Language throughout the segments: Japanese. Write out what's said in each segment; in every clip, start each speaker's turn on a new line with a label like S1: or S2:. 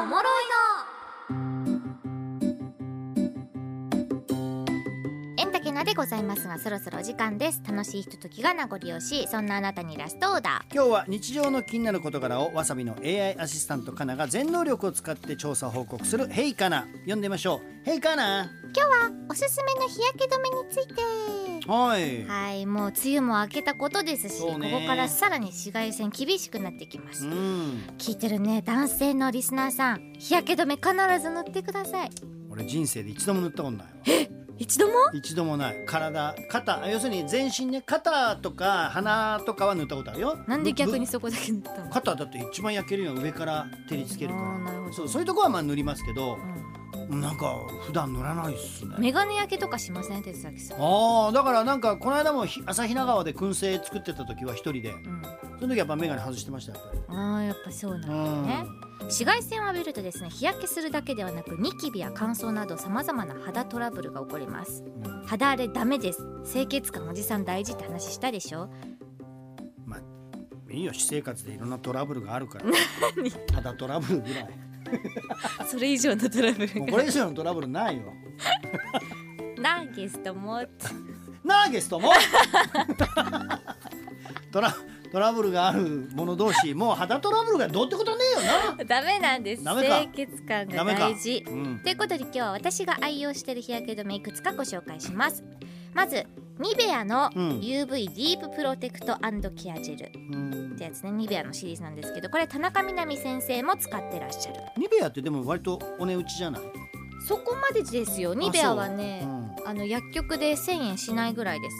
S1: おもろいのエンタケナでございますがそろそろお時間です楽しいひとときが名残惜しいそんなあなたにラストオーダ
S2: 今日は日常の気になる事柄をわさびの AI アシスタントかなが全能力を使って調査報告する「ヘイかな」読んでみましょう「ヘイかな
S1: ー今日はおすすめの日焼け止めについて」
S2: はい
S1: はいもう梅雨も明けたことですし、
S2: そ
S1: こ
S2: うね
S1: こからさらに紫外線厳しくなってきま
S2: う
S1: す、
S2: ん
S1: 聞いてるね男性のリスナーさん日焼け止め必ず塗ってください
S2: 俺人生で一度も塗ったことないわ
S1: 一度も
S2: 一度もない体肩要するに全身ね肩とか鼻とかは塗ったことあるよ
S1: なんで逆に
S2: ぶ
S1: そこだけ塗ったの
S2: ぶ肩だって一番焼けるのは上から照りつける
S1: あ
S2: か
S1: ーなるほ
S2: ら
S1: ど
S2: そうそういうとこはまあ塗りますけど
S1: う
S2: なんか普段塗らないっす
S1: ん
S2: ね
S1: メガネ焼けとかしません哲崎さん、
S2: あーだからなんかこの間もひ旭川で燻製作ってた時は一人で
S1: うん、
S2: その時やっぱ眼鏡外してましたよ
S1: あーやっぱそうなんだよね紫外線を浴びるとですね日焼けするだけではなくニキビや乾燥などさまざまな肌トラブルが起こります
S2: うんうん
S1: 肌荒れダメです清潔感おじさん大事って話したでしょ
S2: まあいいよ私生活でいろんなトラブルがあるから肌トラブルぐらい
S1: それ以上のトラブ
S2: もう
S1: ル
S2: こ
S1: が
S2: れ以上のトラブルないよ
S1: なあゲストも
S2: なあゲストも トラトラブルがある者同士もう肌トラブルがどうってことねえよな
S1: ダメなんです
S2: ダメか
S1: 清潔感が
S2: ダメか
S1: 大事
S2: うん
S1: ということで今日は私が愛用している日焼け止めいくつかご紹介しますまずニベアの
S2: うん
S1: UV ディーププロテクトケアジェルっ
S2: うん
S1: てやつねニベアのシリーズなんですけどこれ田中みな実先生も使ってらっしゃる
S2: ニベアってでも割とお値打ちじゃない
S1: そこまでですよニベアは
S2: う
S1: ね
S2: ん
S1: あの薬局で1000円しないぐらいです、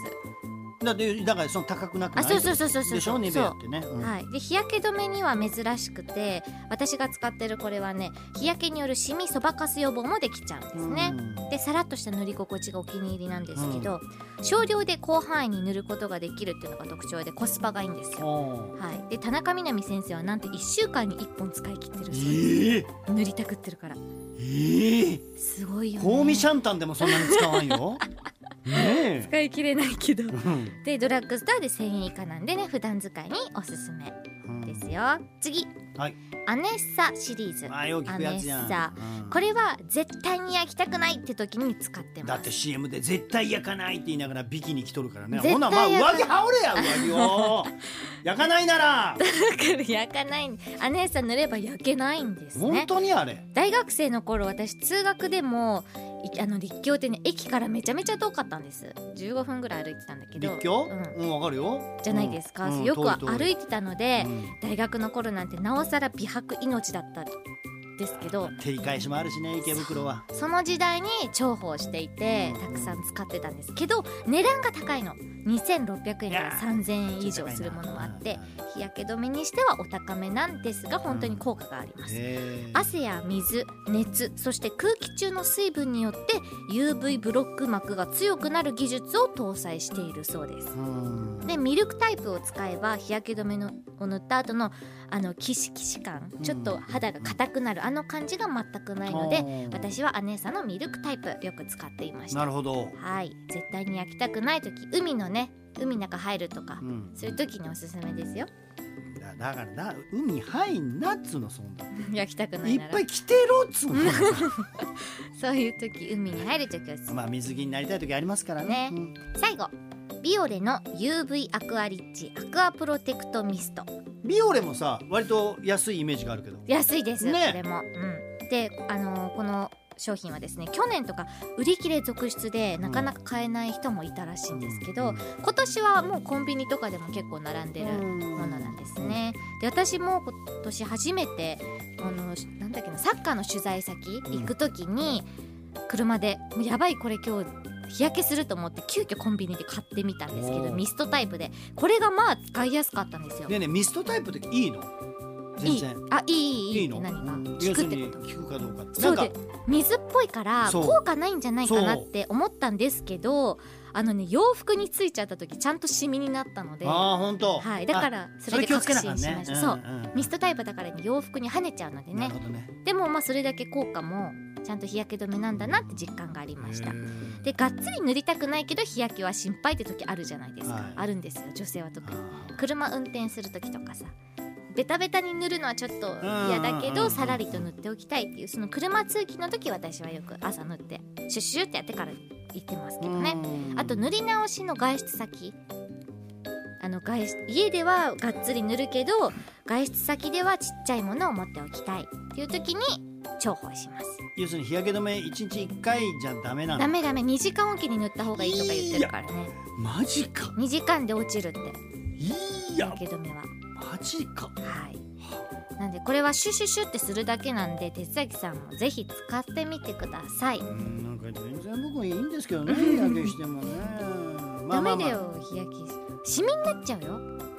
S2: だってだからその高くなくな
S1: あ
S2: い
S1: そうそうそうそうそう
S2: でしょニベアってねうん
S1: はい、で日焼け止めには珍しくて私が使ってるこれはね日焼けによるシミそばかす予防もできちゃうんですね、でさらっとした塗り心地がお気に入りなんですけど、少量で広範囲に塗ることができるっていうのが特徴でコスパがいいんです
S2: うん
S1: よ。
S2: おー
S1: はい、で田中みな実先生はなんと1週間に1本使い切ってるそうです
S2: ええ
S1: 塗りたくってるから
S2: ええ
S1: すごいよね
S2: 香味シャンタンでもそんなに使わん よねえ
S1: 使い切れないけど
S2: うん
S1: でドラッグストアで1000円以下なんでね普段使いにおすすめ
S2: うん
S1: ですよ次
S2: はい
S1: アネッサシリーズ
S2: ああよく聞くやつじゃ
S1: アネッサ
S2: んうん
S1: これは絶対に焼きたくないって時に使ってます
S2: だって CM で絶対焼かないって言いながらビキに来とるからね
S1: 絶対
S2: ほなまあ
S1: 焼かない
S2: 上着羽織れや上着 を焼かないなら
S1: 焼かないアネッサ塗れば焼けないんですね
S2: 本当にあれ
S1: 大学生の頃私通学でもいあの立教ってね駅からめちゃめちゃ遠かったんです15分ぐらい歩いてたんだけど
S2: 立教
S1: うん
S2: うんわかるよ
S1: じゃないですか、
S2: うんうん
S1: よくは
S2: 遠い遠
S1: 歩
S2: い
S1: いてたので、
S2: うん
S1: 大学の頃なんてなおさら美白命だったんですけど
S2: 照り返しもあるしね池袋は
S1: その時代に重宝していて
S2: うん
S1: たくさん使ってたんですけど値段が高いの2600円
S2: い
S1: か
S2: や
S1: ら3000円以上するものもあって日焼け止めにしてはお高めなんですが本当に効果があります、
S2: え
S1: 汗や水熱そして空気中の水分によって UV ブロック膜が強くなる技術を搭載しているそうですでミルクタイプを使えば日焼け止めのを塗った後のあのキシキシ感ちょっと肌が硬くなるあの感じが全くないので私は姉さんのミルクタイプよく使っていまし
S2: な
S1: た
S2: るほど
S1: はい絶対に焼きたくない時海のね海の中入るとか
S2: うん
S1: そういう時におすすめですよ
S2: だだからな海入んなっつうのそんな
S1: 焼きたくないい
S2: っ
S1: なら
S2: ぱい着てろっつうの
S1: そういう時海に入る時おすすめ
S2: まあ水着になりたい時ありますからね
S1: ね
S2: うん
S1: 最後ビオレの UV アクアリッチアクアプロテクトミスト
S2: ビオレもさ割と安いイメージがあるけど
S1: 安いです、
S2: ね
S1: これも、うん、で、あのーこの商品はですね去年とか売り切れ続出でなかなか買えない人もいたらしいんですけど、
S2: うん
S1: 今年はもうコンビニとかでも結構並んでるも
S2: も
S1: のなんですね、で私も今年初めてあのしなんだっけなサッカーの取材先
S2: ん
S1: 行く時に車でもうやばいこれ今日日焼けすると思って急遽コンビニで買ってみたんですけ
S2: お
S1: ど
S2: ー
S1: ミストタイプでこれがまあ使いやすかったんですよ。
S2: ねえねえミストタイプっていいの
S1: い
S2: 全
S1: い
S2: 然
S1: あいいいいいいって
S2: の
S1: 何が
S2: うん
S1: 効
S2: 要す
S1: くっ
S2: る
S1: て
S2: に
S1: こと
S2: 効くかどうかっ
S1: そ
S2: てなん
S1: う
S2: か
S1: で水っぽいから
S2: そう
S1: 効果ないんじゃないかなって思ったんですけどあのね洋服についちゃった時ちゃんとシミになったので、は
S2: ああ本当
S1: い、だか
S2: あ
S1: らそ
S2: そ
S1: れ
S2: れ
S1: で
S2: 気をつ
S1: 確
S2: け
S1: 信
S2: な
S1: しま
S2: あかんね
S1: した、そう
S2: うんうん
S1: ミストタイプだからね洋服に跳ねちゃうので
S2: な
S1: ね
S2: るほどね
S1: でもまあそれだけ効果もちゃんと日焼け止めなんだなって実感がありました
S2: へー
S1: でがっつり塗りたくないけど日焼けは心配って時あるじゃないですか、
S2: はい
S1: あるんですよ女性は特に
S2: あ
S1: 車運転する時とかさベタベタに塗るのはちょっと嫌だけ
S2: うんうんうんう
S1: ど
S2: ん
S1: さらりと塗っておきたいっていうその車通勤の時私はよく朝塗ってシュッシュッってやってから行ってますけどね
S2: うん
S1: あと塗り直しの外出先あの外出家ではがっつり塗るけど外出先ではちっちゃいものを持っておきたいっていう時に重宝します
S2: 要するに日焼け止め一日一回じゃダメなの
S1: ダメダメ2時間おきに塗った方がいいとか言ってるからね
S2: マジか
S1: 2時間で落ちるって
S2: いや
S1: 日焼け止めは
S2: マジか
S1: はいなんでこれはシュシュシュってするだけなんで鉄崎さんもぜひ使ってみてください、
S2: うんなんか全然僕いいんですけ どね日焼けしてもねまあまあま
S1: ダ
S2: あ
S1: メだよ日焼けシミになっちゃうよ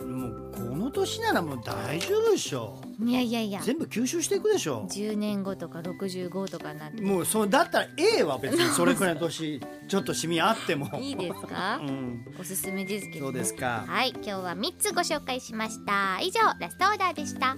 S2: もうこの年ならもう大丈夫でしょ
S1: いやいやいや
S2: 全部吸収していくでしょ
S1: 10年後とか65とかなって
S2: もうそうだったら A は別にそれくらいの年ちょっとシミあっても
S1: いいですか
S2: うん
S1: おすすめですけど
S2: そうですか
S1: はい今日は3つご紹介しました以上ラストオーダーでした